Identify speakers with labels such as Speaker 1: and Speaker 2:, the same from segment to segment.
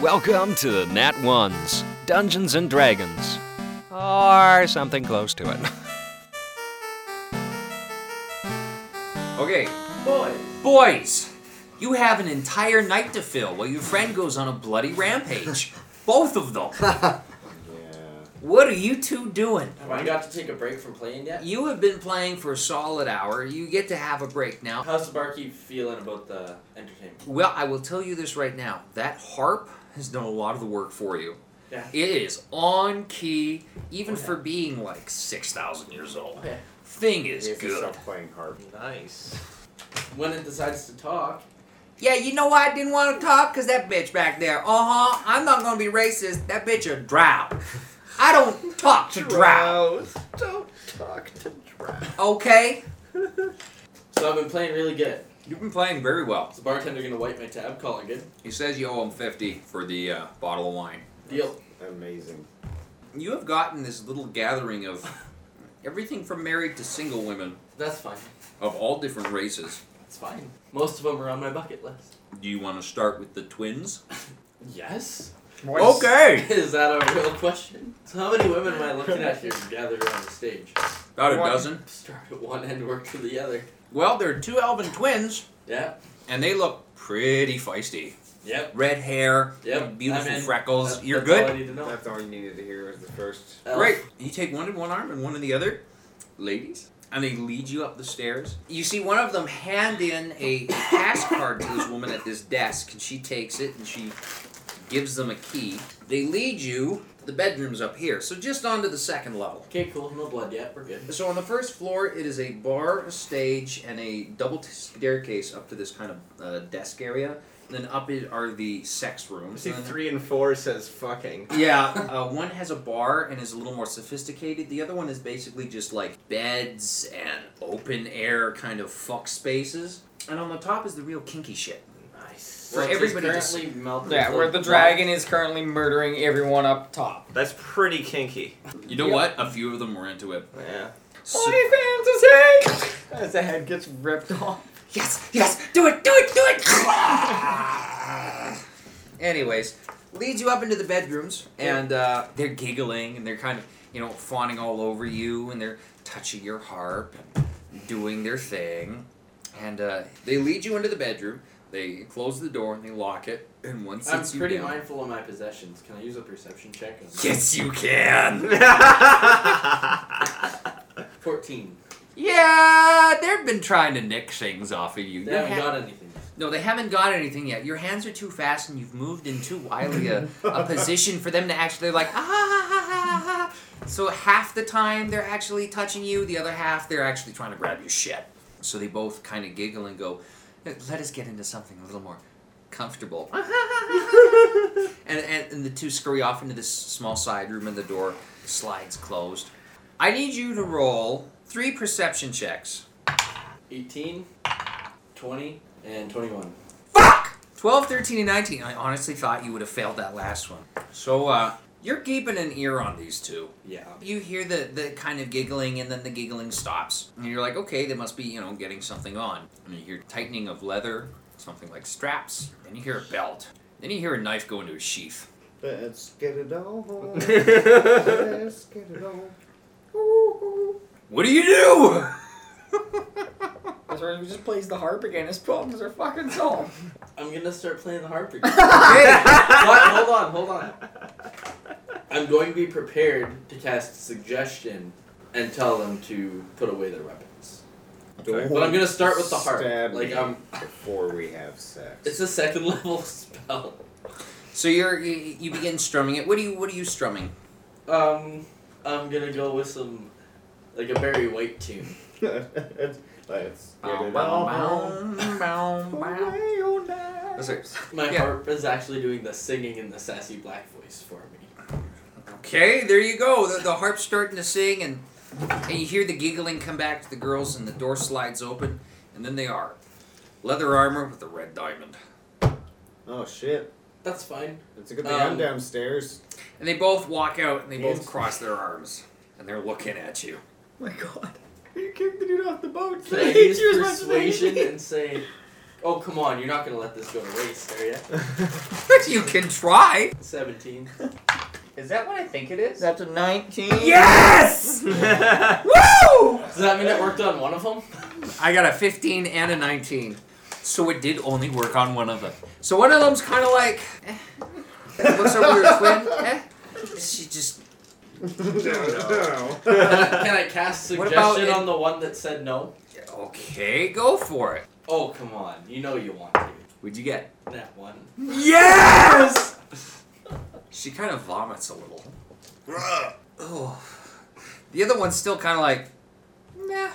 Speaker 1: Welcome to the Nat Ones, Dungeons and Dragons, or something close to it. okay,
Speaker 2: Boys.
Speaker 3: Boys, you have an entire night to fill while your friend goes on a bloody rampage. Both of them. What are you two doing?
Speaker 2: Have I got to take a break from playing yet?
Speaker 3: You have been playing for a solid hour. You get to have a break now.
Speaker 2: How's the barkeep feeling about the entertainment?
Speaker 3: Well, I will tell you this right now. That harp has done a lot of the work for you.
Speaker 2: Yeah.
Speaker 3: It is on key, even
Speaker 2: Oh, yeah.
Speaker 3: for being like 6,000 years old.
Speaker 2: Okay.
Speaker 3: Thing is good.
Speaker 4: playing harp.
Speaker 2: Nice. When it decides to talk,
Speaker 3: Yeah, you know why I didn't want to talk? Because that bitch back there. Uh huh. I'm not going to be racist. That bitch a drow. I don't talk to drow.
Speaker 4: Don't talk to drow.
Speaker 3: Okay?
Speaker 2: so I've been playing really good.
Speaker 3: You've been playing very well.
Speaker 2: Is the bartender gonna wipe my tab? Call it good.
Speaker 3: He says you owe him 50 for the uh, bottle of wine.
Speaker 2: Deal.
Speaker 4: Amazing.
Speaker 3: You have gotten this little gathering of everything from married to single women
Speaker 2: That's fine.
Speaker 3: of all different races.
Speaker 2: That's fine. Most of them are on my bucket list.
Speaker 3: Do you want to start with the twins?
Speaker 2: Yes.
Speaker 3: Okay!
Speaker 2: Is that a real question? So how many women am I looking at here gathered around the stage?
Speaker 3: About a
Speaker 4: One.
Speaker 3: dozen.
Speaker 2: Start at one end, work to the other.
Speaker 3: Well, there are two elven twins,
Speaker 2: Yeah.
Speaker 3: and they look pretty feisty.
Speaker 2: Yep.
Speaker 3: Red hair,
Speaker 2: Yep,
Speaker 3: beautiful
Speaker 2: I'm in.
Speaker 3: freckles.
Speaker 2: That-
Speaker 3: You're
Speaker 2: that's All I
Speaker 3: good?
Speaker 2: need to know.
Speaker 4: That's all you needed to hear was the first.
Speaker 2: Elf.
Speaker 3: Great. You take one in one arm and one in the other. Ladies. And they lead you up the stairs. You see one of them hand in a pass card to this woman at this desk, and she takes it and she gives them a key. They lead you. The bedroom's up here, so just onto the second level.
Speaker 2: Okay, cool. No blood yet. We're good.
Speaker 3: So on the first floor, it is a bar, a stage, and a double t- staircase up to this kind of uh, desk area. then up it are the sex rooms.
Speaker 4: See,
Speaker 3: and then-
Speaker 4: three and four says fucking.
Speaker 3: yeah, uh, one has a bar and is a little more sophisticated. The other one is basically just like beds and open air kind of fuck spaces. And on the top is the real kinky shit.
Speaker 2: Nice.
Speaker 3: For
Speaker 2: Well, it's
Speaker 3: everybody to
Speaker 2: currently melted.
Speaker 5: Yeah, where the dragon is currently murdering everyone up top.
Speaker 4: That's pretty kinky.
Speaker 3: You know what? A few of them were into it.
Speaker 4: Yeah.
Speaker 5: My fantasy! As the head gets ripped off.
Speaker 3: yes, yes, do it, do it, do it. Anyways, leads you up into the bedrooms, and uh, they're giggling and they're kind of you know fawning all over you, and they're touching your harp, and doing their thing, and uh, they lead you into the bedroom. They close the door and they lock it, and once
Speaker 2: I'm
Speaker 3: it's you
Speaker 2: pretty
Speaker 3: down-
Speaker 2: mindful of my possessions. Can I use a perception check? on that?
Speaker 3: Yes, you can.
Speaker 2: Fourteen.
Speaker 3: Yeah, they've been trying to nick things off of you.
Speaker 2: They
Speaker 3: You
Speaker 2: haven't
Speaker 3: ha-
Speaker 2: got anything.
Speaker 3: No, they haven't got anything yet. Your hands are too fast, and you've moved in too wily a, a position for them to actually like ah, ah, ah, ah, ah. So half the time they're actually touching you, the other half they're actually trying to grab your shit. So they both kind of giggle and go, "Eh, "Let us get into something a little more comfortable." and, and and the two scurry off into this small side room, and the door slides closed. I need you to roll three perception checks.
Speaker 2: 18, 20, and 21.
Speaker 3: Fuck! 12, 13, and 19. I honestly thought you would have failed that last one. So, uh, you're keeping an ear on these two.
Speaker 2: Yeah.
Speaker 3: You hear the, the kind of giggling, and then the giggling stops. And you're like, okay, they must be, you know, getting something on. And you hear tightening of leather, something like straps. Then you hear a belt. Then you hear a knife go into a sheath.
Speaker 6: Let's get it on. Let's get it on.
Speaker 3: What do you do?
Speaker 5: That's where he just plays the harp again. His problems are fucking solved.
Speaker 2: I'm gonna start playing the harp again. What? hold on, hold on. I'm going to be prepared to cast suggestion and tell them to put away their weapons. But I'm gonna start with the harp.
Speaker 4: Stab
Speaker 2: Like
Speaker 4: me.
Speaker 2: um,
Speaker 4: Before we have sex.
Speaker 2: it's a second level spell.
Speaker 3: So you're you, you begin strumming it. What do you what are you strumming?
Speaker 2: Um, I'm gonna go with some, like a Barry White tune.
Speaker 4: Let's get it on.
Speaker 3: That's it.
Speaker 2: My
Speaker 3: Yeah.
Speaker 2: harp is actually doing the singing in the sassy black voice for me.
Speaker 3: Okay, there you go. The, the harp's starting to sing, and, and you hear the giggling come back to the girls, and the door slides open, and then they are. Leather armor with a red diamond.
Speaker 4: Oh shit.
Speaker 2: That's fine.
Speaker 4: It's a good thing I'm
Speaker 2: Um,
Speaker 4: downstairs.
Speaker 3: And they both walk out, and they both
Speaker 4: Yes.
Speaker 3: cross their arms, and they're looking at you.
Speaker 5: my god. You kicked the dude off the boat.
Speaker 2: Can I use persuasion and say, Oh come on, you're not gonna let this go to waste, are you?
Speaker 3: you can try.
Speaker 2: Seventeen.
Speaker 3: Is that what I think it is?
Speaker 5: That's a 19.
Speaker 3: yes! Woo!
Speaker 2: Does that mean it worked on one of them?
Speaker 3: I got a 15 and a 19. So it did only work on one of them. So one of them's kind of like, eh. looks over your twin. Eh. She just
Speaker 2: Can I cast
Speaker 3: What about
Speaker 2: suggestion
Speaker 3: it-
Speaker 2: on the one that said no?
Speaker 3: okay, go for it.
Speaker 2: Oh come on, you know you want to.
Speaker 3: What'd you get?
Speaker 2: That one.
Speaker 3: Yes! she kind of vomits a little. Oh. The other one's still kind of like, nah.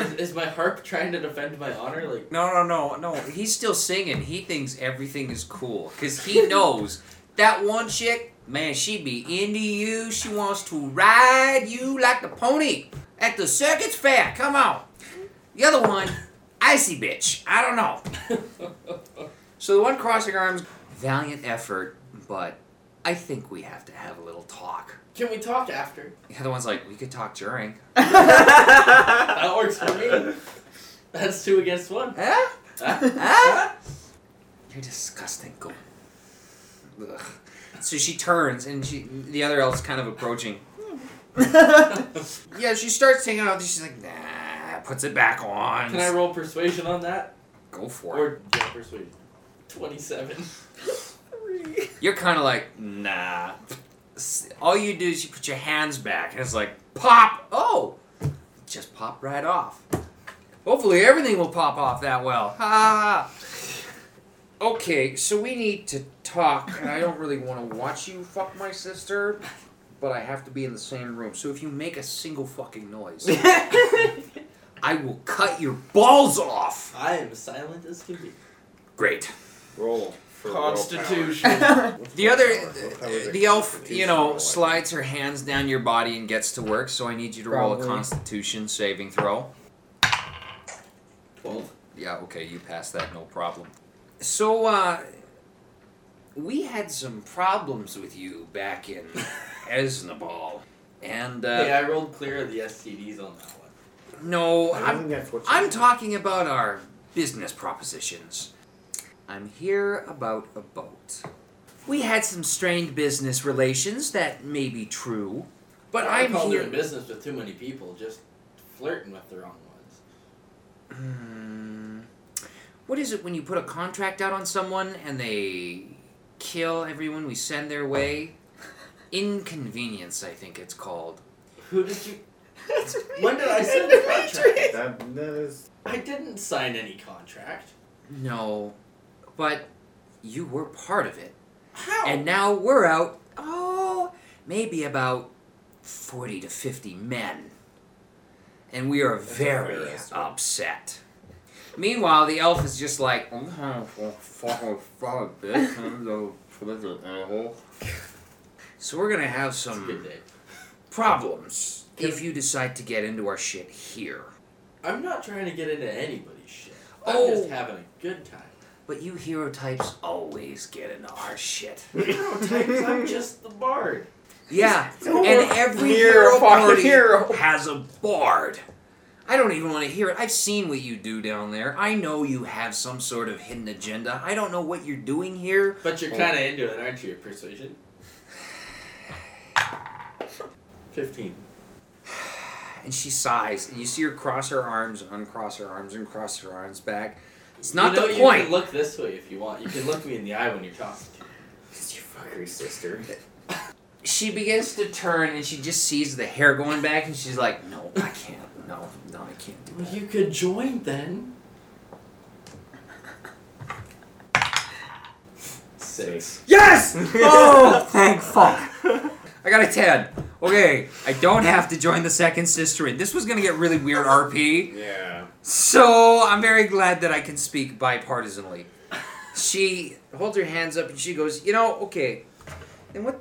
Speaker 2: Is, is my harp trying to defend my honor? Like
Speaker 3: No, no, no, no. He's still singing. He thinks everything is cool because he knows that one chick, man, she be into you. She wants to ride you like a pony at the circus fair. Come on. The other one, icy bitch. I don't know. So the one crossing arms, valiant effort, but I think we have to have a little talk.
Speaker 2: Can we talk after?
Speaker 3: The other one's like, we could talk during.
Speaker 2: That works for me. That's two against one.
Speaker 3: Huh?
Speaker 2: Ah.
Speaker 3: Huh? You're disgusting. Go. Ugh. So she turns, and she the other elf's kind of approaching. yeah, she starts taking it off. and She's like, nah, puts it back on.
Speaker 2: Can I roll persuasion on that?
Speaker 3: Go for it.
Speaker 2: Or yeah, persuasion. Twenty-seven.
Speaker 3: You're kind of like, nah. S- All you do is you put your hands back, and it's like, pop. Oh, just pop right off. Hopefully everything will pop off that well. Ha, Ha. ha. Okay, so we need to talk, and I don't really want to watch you fuck my sister, but I have to be in the same room. So if you make a single fucking noise, I will cut your balls off.
Speaker 2: I am silent as can be.
Speaker 3: Great.
Speaker 4: Roll. For
Speaker 2: Constitution.
Speaker 3: The other,
Speaker 4: What color is
Speaker 3: the elf,
Speaker 4: constitution
Speaker 3: you know,
Speaker 4: roll?
Speaker 3: slides her hands down your body and gets to work. So I need you to roll a
Speaker 5: Probably.
Speaker 3: Constitution saving throw.
Speaker 2: Twelve.
Speaker 3: Yeah, okay, you passed that, no problem. So, uh, we had some problems with you back in Esnabal, and uh,
Speaker 2: hey, I rolled clear of the STDs on that one.
Speaker 3: no,
Speaker 6: I
Speaker 3: I'm
Speaker 6: didn't get what you
Speaker 3: I'm
Speaker 6: said.
Speaker 3: talking about our business propositions. I'm here about a boat. We had some strained business relations that may be true, but
Speaker 2: I
Speaker 3: I'm
Speaker 2: call
Speaker 3: here.
Speaker 2: doing business with too many people, just flirting with the wrong ones.
Speaker 3: Hmm. What is it when you put a contract out on someone and they kill everyone we send their way? Inconvenience, I think it's called.
Speaker 2: Who did you? When did I send a contract?
Speaker 4: That, that is.
Speaker 2: I didn't sign any contract.
Speaker 3: No, but you were part of it.
Speaker 2: How?
Speaker 3: And now we're out, oh, maybe about 40 to 50 men. And we are very
Speaker 4: embarrassing.
Speaker 3: upset. Meanwhile, the elf is just like, "I'm gonna fucking fuck this, I'm gonna put this in." so we're gonna have
Speaker 2: It's a good
Speaker 3: some
Speaker 2: day.
Speaker 3: problems if you decide to get into our shit here.
Speaker 2: I'm not trying to get into anybody's shit. I'm
Speaker 3: Oh.
Speaker 2: just having a good time.
Speaker 3: But you hero types always get into our shit.
Speaker 2: Sometimes I'm just the bard.
Speaker 3: Yeah,
Speaker 5: So
Speaker 3: and every
Speaker 5: You're
Speaker 3: hero
Speaker 5: a fucking
Speaker 3: party
Speaker 5: hero.
Speaker 3: has a bard. I don't even want to hear it. I've seen what you do down there. I know you have some sort of hidden agenda. I don't know what you're doing here.
Speaker 2: But you're kind of into it, aren't you? Persuasion. Fifteen.
Speaker 3: And she sighs, and you see her cross her arms, uncross her arms, and cross her arms back. It's not
Speaker 2: you know,
Speaker 3: the
Speaker 2: You
Speaker 3: point.
Speaker 2: can look this way if you want. You can look me in the eye when you're talking. to me.
Speaker 4: It's your fuckery sister.
Speaker 3: she begins to turn, and she just sees the hair going back, and she's like, "No, I can't. No, no, I can't do
Speaker 2: Well,
Speaker 3: that."
Speaker 2: you could join then. Six.
Speaker 3: Yes! Oh, thank fuck. I got a 10. Okay, I don't have to join the second sister in. This was gonna get really weird RP,
Speaker 4: Yeah.
Speaker 3: so I'm very glad that I can speak bipartisanly. She holds her hands up and she goes, You know, okay, then what,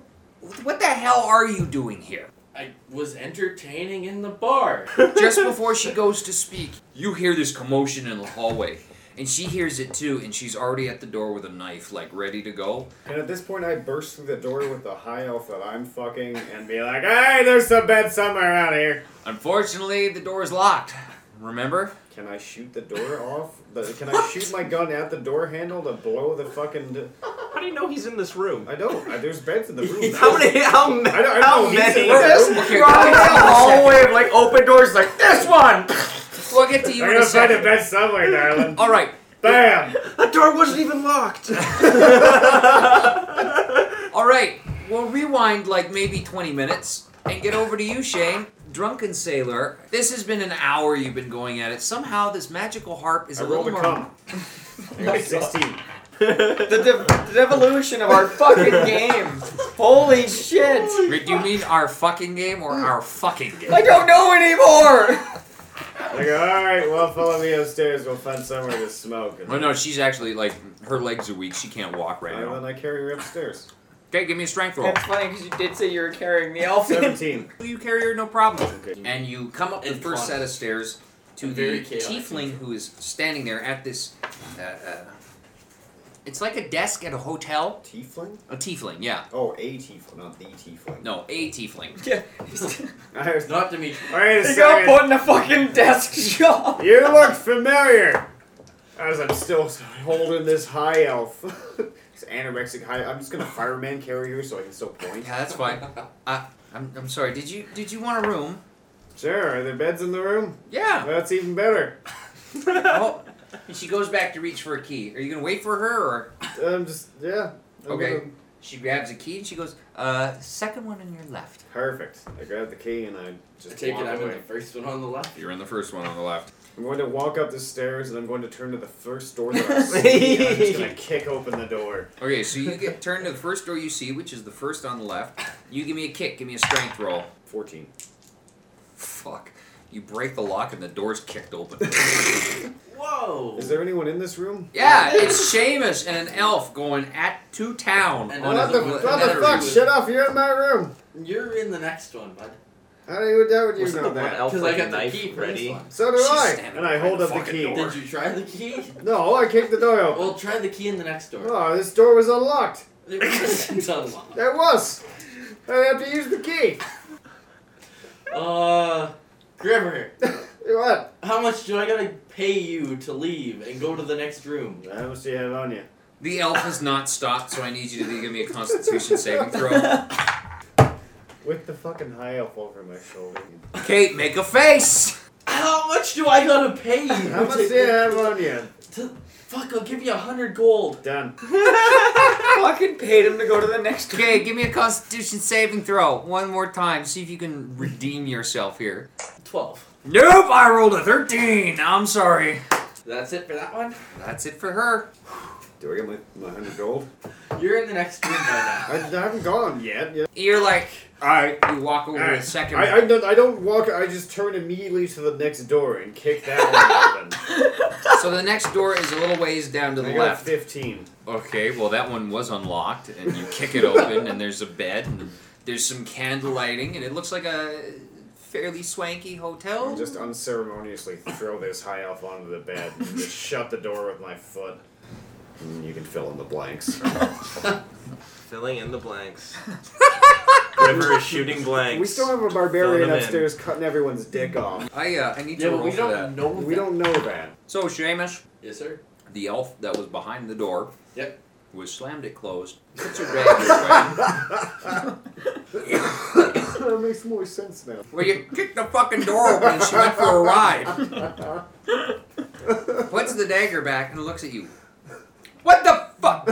Speaker 3: what the hell are you doing here?
Speaker 2: I was entertaining in the bar.
Speaker 3: Just before she goes to speak, you hear this commotion in the hallway. And she hears it too, and she's already at the door with a knife, like ready to go.
Speaker 4: And at this point, I burst through the door with the high elf that I'm fucking and be like, hey, there's a bed somewhere out here.
Speaker 3: Unfortunately, the door is locked. Remember?
Speaker 4: Can I shoot the door off? The, can I shoot my gun at the door handle to blow the fucking? d-
Speaker 7: How do you know he's in this room?
Speaker 4: I don't. I, there's beds in the room.
Speaker 7: How many? How, ma-
Speaker 4: I don't- I
Speaker 7: how
Speaker 4: don't know, he's
Speaker 7: many?
Speaker 4: in the
Speaker 7: There's
Speaker 4: room.
Speaker 3: Okay,
Speaker 7: probably
Speaker 3: we'll get
Speaker 7: a
Speaker 3: to you in a
Speaker 7: hallway of like open doors. Like this one.
Speaker 3: second. We'll get to you
Speaker 4: I
Speaker 3: in a
Speaker 4: gotta find a
Speaker 3: second.
Speaker 4: bed somewhere, darling.
Speaker 3: All right,
Speaker 4: Bam.
Speaker 7: That door wasn't even locked.
Speaker 3: all right. We'll rewind like maybe 20 minutes and get over to you, Shane. Drunken Sailor, this has been an hour you've been going at it. Somehow this magical harp is
Speaker 4: I
Speaker 3: a
Speaker 4: rolled
Speaker 3: little
Speaker 4: a
Speaker 3: more.
Speaker 4: cum. I got Sixteen.
Speaker 5: The, de- the devolution of our fucking game. Holy shit.
Speaker 3: Wait, Do you mean our fucking game or our fucking game?
Speaker 5: I don't know anymore.
Speaker 4: I go. All right. Well, follow me upstairs. We'll find somewhere to smoke. And
Speaker 3: Oh no, she's actually like her legs are weak. She can't walk right
Speaker 4: and
Speaker 3: now.
Speaker 4: then I carry her upstairs.
Speaker 3: Okay, give me a strength roll.
Speaker 5: That's funny because you did say you were carrying the elephant.
Speaker 4: Seventeen.
Speaker 3: You carry her, no problem.
Speaker 4: Okay.
Speaker 3: And you come up the
Speaker 2: And
Speaker 3: first
Speaker 2: taunt.
Speaker 3: set of stairs to the
Speaker 2: Very chaotic.
Speaker 3: tiefling who is standing there at this. Uh, uh, it's like a desk at a hotel.
Speaker 4: Tiefling?
Speaker 3: A tiefling, yeah.
Speaker 4: Oh, a tiefling, not the tiefling.
Speaker 3: No, a tiefling.
Speaker 5: Yeah.
Speaker 4: I was,
Speaker 2: Not Dimitri.
Speaker 4: wait a
Speaker 5: They got
Speaker 4: second.
Speaker 5: put in a fucking desk job.
Speaker 4: You look familiar. As I'm still holding this high elf, this anorexic high. I'm just gonna fireman carry her so I can still point.
Speaker 3: Yeah, that's fine. Uh, I'm, I'm sorry. Did you did you want a room?
Speaker 4: Sure. Are there beds in the room?
Speaker 3: Yeah.
Speaker 4: That's even better.
Speaker 3: Oh, and she goes back to reach for a key. Are you gonna wait for her or?
Speaker 4: I'm just yeah. I'm
Speaker 3: Okay.
Speaker 4: gonna-
Speaker 3: She grabs a key and she goes, uh, second one on your left.
Speaker 4: perfect. I grab the key and I
Speaker 2: I
Speaker 4: just
Speaker 2: take it
Speaker 4: walk
Speaker 2: I'm in the
Speaker 4: away.
Speaker 2: first one on the left.
Speaker 3: You're in the first one on the left.
Speaker 4: I'm going to walk up the stairs and I'm going to turn to the first door that I see. and I'm just gonna kick open the door.
Speaker 3: Okay, so you get turn to the first door you see, which is the first on the left. You give me a kick, give me a strength roll.
Speaker 4: Fourteen.
Speaker 3: Fuck. You break the lock and the door's kicked open.
Speaker 2: Whoa!
Speaker 4: Is there anyone in this room?
Speaker 3: yeah, it's Seamus and an elf going at to town
Speaker 2: And
Speaker 3: on
Speaker 2: what
Speaker 3: a-
Speaker 2: the-
Speaker 3: with
Speaker 2: what
Speaker 3: another
Speaker 2: the
Speaker 4: Motherfuck,
Speaker 2: room.
Speaker 4: shut up! You're in my room.
Speaker 2: You're in the next one, bud.
Speaker 4: How do you doubt you
Speaker 7: Wasn't
Speaker 4: know
Speaker 7: the one
Speaker 4: that?
Speaker 7: elf
Speaker 2: Because
Speaker 7: like
Speaker 2: I got the
Speaker 7: knife
Speaker 2: key for this
Speaker 7: ready?
Speaker 2: one.
Speaker 4: So do
Speaker 3: She's
Speaker 4: I.
Speaker 3: standing
Speaker 4: And I
Speaker 3: right
Speaker 4: hold
Speaker 3: in
Speaker 4: up the
Speaker 3: fucking
Speaker 4: key.
Speaker 3: door.
Speaker 2: Did you try the key?
Speaker 4: No, I kicked the door open.
Speaker 2: Well, try the key in the next door.
Speaker 4: Oh, this door was unlocked.
Speaker 2: it's unlocked.
Speaker 4: That was. I have to use the key.
Speaker 2: Uh, Grimmer,
Speaker 4: What?
Speaker 2: how much do I gotta pay you to leave and go to the next room?
Speaker 4: How much do you have on you?
Speaker 3: The elf has not stopped, so I need you to give me a constitution saving throw.
Speaker 4: With the fucking high elf over my shoulder.
Speaker 3: Kate, make a face!
Speaker 2: How much do I gotta pay you?
Speaker 4: How much
Speaker 2: to-
Speaker 4: do you have on you?
Speaker 2: to- fuck, I'll give you a hundred gold.
Speaker 4: Done.
Speaker 5: fucking paid him to go to the next one.
Speaker 3: Okay, give me a constitution saving throw one more time. See if you can redeem yourself here.
Speaker 2: Twelve.
Speaker 3: Nope, I rolled a 13. I'm sorry.
Speaker 2: That's it for that one.
Speaker 3: That's it for her.
Speaker 4: Do I get my, my hundred gold?
Speaker 2: You're in the next room by
Speaker 4: I, I haven't gone yet. Yeah.
Speaker 3: You're like,
Speaker 4: I,
Speaker 3: you walk over to
Speaker 4: Alright,
Speaker 3: the second
Speaker 4: I, I, don't, I don't walk. I just turn immediately to the next door and kick that one open.
Speaker 3: So the next door is a little ways down to the
Speaker 4: I got
Speaker 3: left.
Speaker 4: fifteen.
Speaker 3: Okay, well that one was unlocked, and you kick it open, and there's a bed, and there's some candle lighting, and it looks like a fairly swanky hotel.
Speaker 4: Just unceremoniously throw this high elf onto the bed and just shut the door with my foot. And Mm, you can fill in the blanks.
Speaker 7: Filling in the blanks. River is shooting blanks.
Speaker 4: We still have a
Speaker 7: Throw
Speaker 4: barbarian
Speaker 7: them in.
Speaker 4: upstairs cutting everyone's dick off.
Speaker 3: I uh, I need
Speaker 2: Yeah,
Speaker 3: to
Speaker 2: but
Speaker 3: roll
Speaker 2: we
Speaker 3: for
Speaker 2: don't
Speaker 3: that.
Speaker 2: know.
Speaker 4: We don't know that.
Speaker 3: So Seamus,
Speaker 2: Yes, sir.
Speaker 3: the elf that was behind the door,
Speaker 2: Yep.
Speaker 3: who has slammed it closed, puts her bag in way.
Speaker 4: that makes more sense now.
Speaker 3: Well, you kicked the fucking door open, and she went for a ride. Puts the dagger back and looks at you. What the fuck?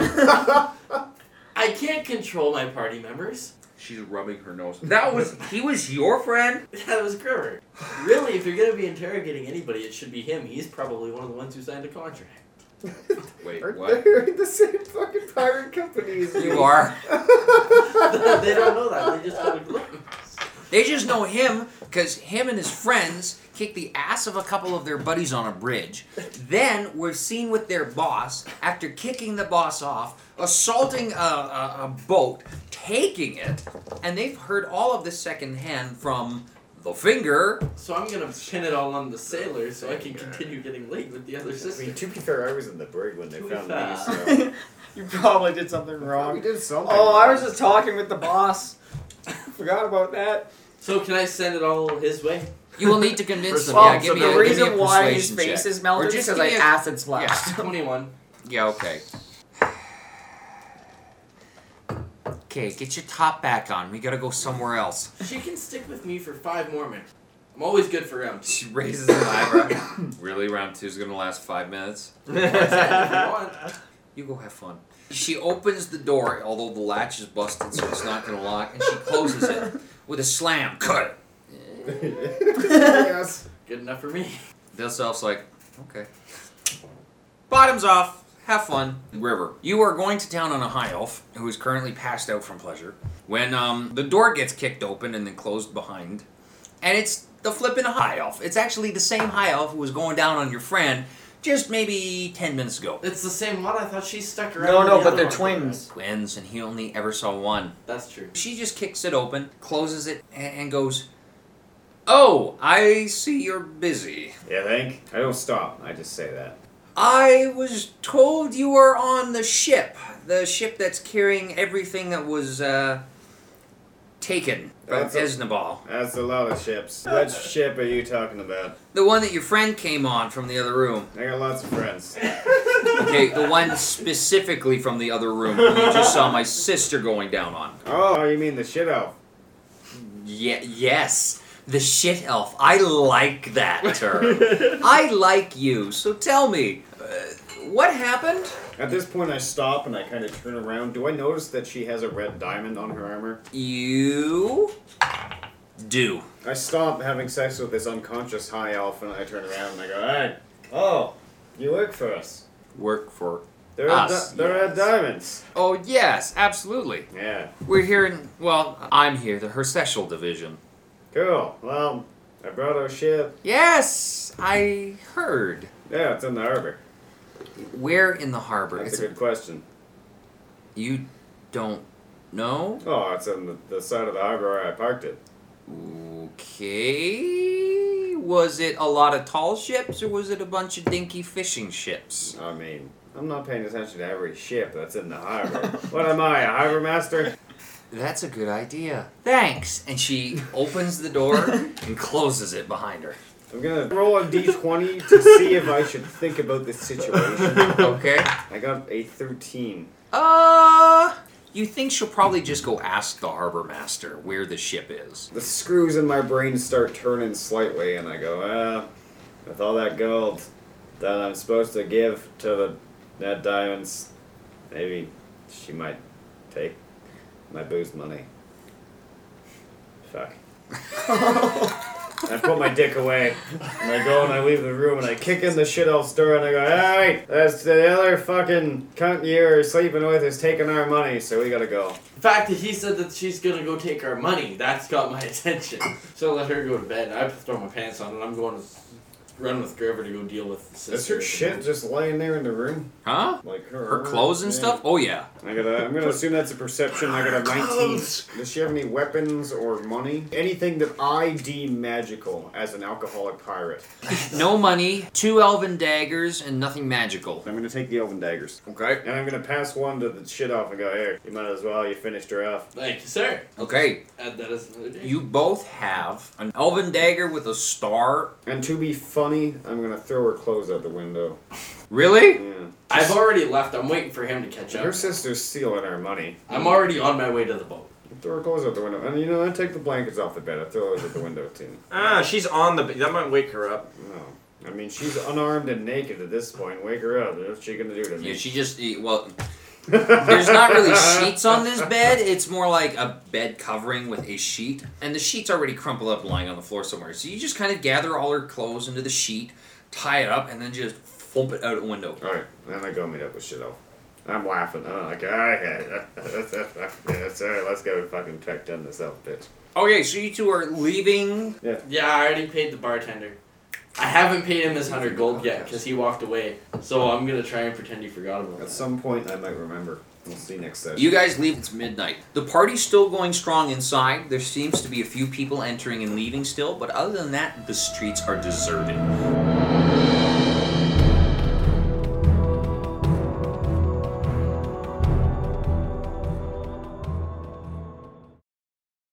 Speaker 2: I can't control my party members.
Speaker 3: She's rubbing her nose. That was he was your friend.
Speaker 2: That was Grimmer. Really, if you're gonna be interrogating anybody, it should be him. He's probably one of the ones who signed a contract.
Speaker 3: Wait,
Speaker 4: Aren't they in the same fucking pirate company as me?
Speaker 3: You are.
Speaker 2: they don't know that. They just got a glimpse.
Speaker 3: They just know him because him and his friends kicked the ass of a couple of their buddies on a bridge. Then were seen with their boss after kicking the boss off, assaulting a, a, a boat, taking it, and they've heard all of this secondhand from the finger.
Speaker 2: So I'm gonna pin it all on the sailor, so I can continue getting late with the other
Speaker 4: I mean,
Speaker 2: sister.
Speaker 4: to be fair, I was in the brig when they
Speaker 2: To be
Speaker 4: found
Speaker 2: fair.
Speaker 4: me,
Speaker 5: You probably did something
Speaker 4: so. we
Speaker 5: wrong.
Speaker 4: did something.
Speaker 5: Oh, I was just talking with the boss. Forgot about that.
Speaker 2: So can I send it all his way?
Speaker 3: You will need to convince them.
Speaker 7: Well,
Speaker 3: Yeah, give me
Speaker 7: so
Speaker 3: a,
Speaker 5: the
Speaker 3: give me a
Speaker 5: reason why his
Speaker 3: persuasion
Speaker 5: face
Speaker 3: check.
Speaker 5: is melted
Speaker 3: Or
Speaker 5: is
Speaker 3: just
Speaker 5: because
Speaker 3: give
Speaker 5: I
Speaker 3: me a-
Speaker 5: acid splashed.
Speaker 2: Twenty-one.
Speaker 3: Yeah, okay. Okay, get your top back on. We gotta go somewhere else.
Speaker 2: She can stick with me for five more minutes. I'm always good for round two.
Speaker 8: She raises an eyebrow. really, round two's gonna last five minutes? You go have fun. She opens the door, although the latch is busted, so it's not gonna lock, and she closes it with a slam. Cut it.
Speaker 4: yes.
Speaker 2: Good enough for me.
Speaker 8: This elf's like, okay.
Speaker 3: Bottoms off. Have fun.
Speaker 8: River.
Speaker 3: You are going to town on a high elf who is currently passed out from pleasure when um, the door gets kicked open and then closed behind. And it's the flippin' high elf. It's actually the same high elf who was going down on your friend just maybe 10 minutes ago.
Speaker 2: It's the same one. I thought she stuck around.
Speaker 5: No,
Speaker 2: with
Speaker 5: no,
Speaker 2: the
Speaker 5: but
Speaker 2: other
Speaker 5: they're
Speaker 2: one.
Speaker 5: twins.
Speaker 3: Twins, and he only ever saw one.
Speaker 2: That's true.
Speaker 3: She just kicks it open, closes it, a- and goes, Oh, I see you're busy.
Speaker 4: Yeah, thank. I don't stop. I just say that.
Speaker 3: I was told you were on the ship, the ship that's carrying everything that was uh, taken from
Speaker 4: That's a-
Speaker 3: Esnabal.
Speaker 4: That's a lot of ships. Which ship are you talking about?
Speaker 3: The one that your friend came on from the other room.
Speaker 4: I got lots of friends.
Speaker 3: Okay, the one specifically from the other room you just saw my sister going down on.
Speaker 4: Oh, you mean the shit elf?
Speaker 3: Yeah, yes. The shit elf. I like that term. I like you. So tell me, uh, what happened?
Speaker 4: At this point, I stop and I kind of turn around. Do I notice that she has a red diamond on her armor?
Speaker 3: You do.
Speaker 4: I stop having sex with this unconscious high elf and I turn around and I go, "Hey, oh, you work for us.
Speaker 8: Work for.
Speaker 4: They're
Speaker 3: Us,
Speaker 4: di- they're red diamonds.
Speaker 3: Oh, yes, absolutely.
Speaker 4: Yeah,
Speaker 3: We're here in, well, I'm here, the Herseshal division.
Speaker 4: cool. Well, I brought our ship.
Speaker 3: Yes, I heard.
Speaker 4: Yeah, it's in the harbor.
Speaker 3: Where in the harbor?
Speaker 4: That's
Speaker 3: It's
Speaker 4: a good question.
Speaker 3: you don't know?
Speaker 4: Oh, it's on the, the side of the harbor where I parked it.
Speaker 3: Okay. Was it a lot of tall ships or was it a bunch of dinky fishing ships?
Speaker 4: I mean, I'm not paying attention to every ship that's in the harbor. what am I, a harbor master?
Speaker 3: That's a good idea. Thanks. And she opens the door and closes it behind her.
Speaker 4: I'm gonna roll a d20 to see if I should think about this situation.
Speaker 3: Okay.
Speaker 4: I got a 13.
Speaker 3: Uh, you think she'll probably just go ask the harbor master where the ship is?
Speaker 4: The screws in my brain start turning slightly, and I go, ah, with all that gold that I'm supposed to give to the Ned Diamonds, maybe she might take my booze money. Fuck. I put my dick away, and I go and I leave the room, and I kick in the shit elf's door, and I go, alright, that's the other fucking cunt you're sleeping with is taking our money, so we gotta go.
Speaker 2: The fact that he said that she's gonna go take our money, that's got my attention. So I let her go to bed. I throw my pants on and I'm going to s- run with Grover to go deal with the sister.
Speaker 4: Is her shit just laying there in the room?
Speaker 3: Huh?
Speaker 4: Like
Speaker 3: Her clothes and
Speaker 4: yeah.
Speaker 3: stuff? Oh, yeah.
Speaker 4: I got a, I'm gonna assume that's a perception. I got a 19. Does she have any weapons or money? Anything that I deem magical as an alcoholic pirate.
Speaker 3: No money, two elven daggers, and nothing magical.
Speaker 4: I'm gonna take the elven daggers.
Speaker 3: Okay.
Speaker 4: And I'm gonna pass one to the shit off and go, here, you might as well, you finished her off.
Speaker 2: Thank you, sir.
Speaker 3: Okay,
Speaker 2: Add that as another day.
Speaker 3: You both have an elven dagger with a star.
Speaker 4: And to be funny, I'm gonna throw her clothes out the window.
Speaker 3: Really?
Speaker 4: Yeah.
Speaker 2: I've already left. I'm waiting for him to catch
Speaker 4: Her
Speaker 2: up.
Speaker 4: sister's stealing our money.
Speaker 2: I'm already on my way to the boat.
Speaker 4: Throw her clothes out the window. And you know, I take the blankets off the bed, I throw those out the window too.
Speaker 7: Ah, she's on the. That might wake her up.
Speaker 4: No. I mean, she's unarmed and naked at this point. Wake her up. What's she gonna do to me?
Speaker 3: Yeah, she just eh, well. There's not really sheets on this bed. It's more like a bed covering with a sheet, and the sheet's already crumpled up, lying on the floor somewhere. So you just kind of gather all her clothes into the sheet, tie it up, and then just flump it out a window.
Speaker 4: All right, then I go meet up with Shido. I'm laughing. I'm like, all right, that's all right. Let's go fucking track down this elf bitch.
Speaker 3: Okay, so you two are leaving.
Speaker 2: Yeah, I already paid the bartender. I haven't paid him his hundred gold yet because he walked away. So I'm gonna try and pretend he forgot about
Speaker 4: At
Speaker 2: that.
Speaker 4: some point, I might remember. We'll see next session.
Speaker 3: You guys leave. It's midnight. The party's still going strong inside. There seems to be a few people entering and leaving still, but other than that, the streets are deserted.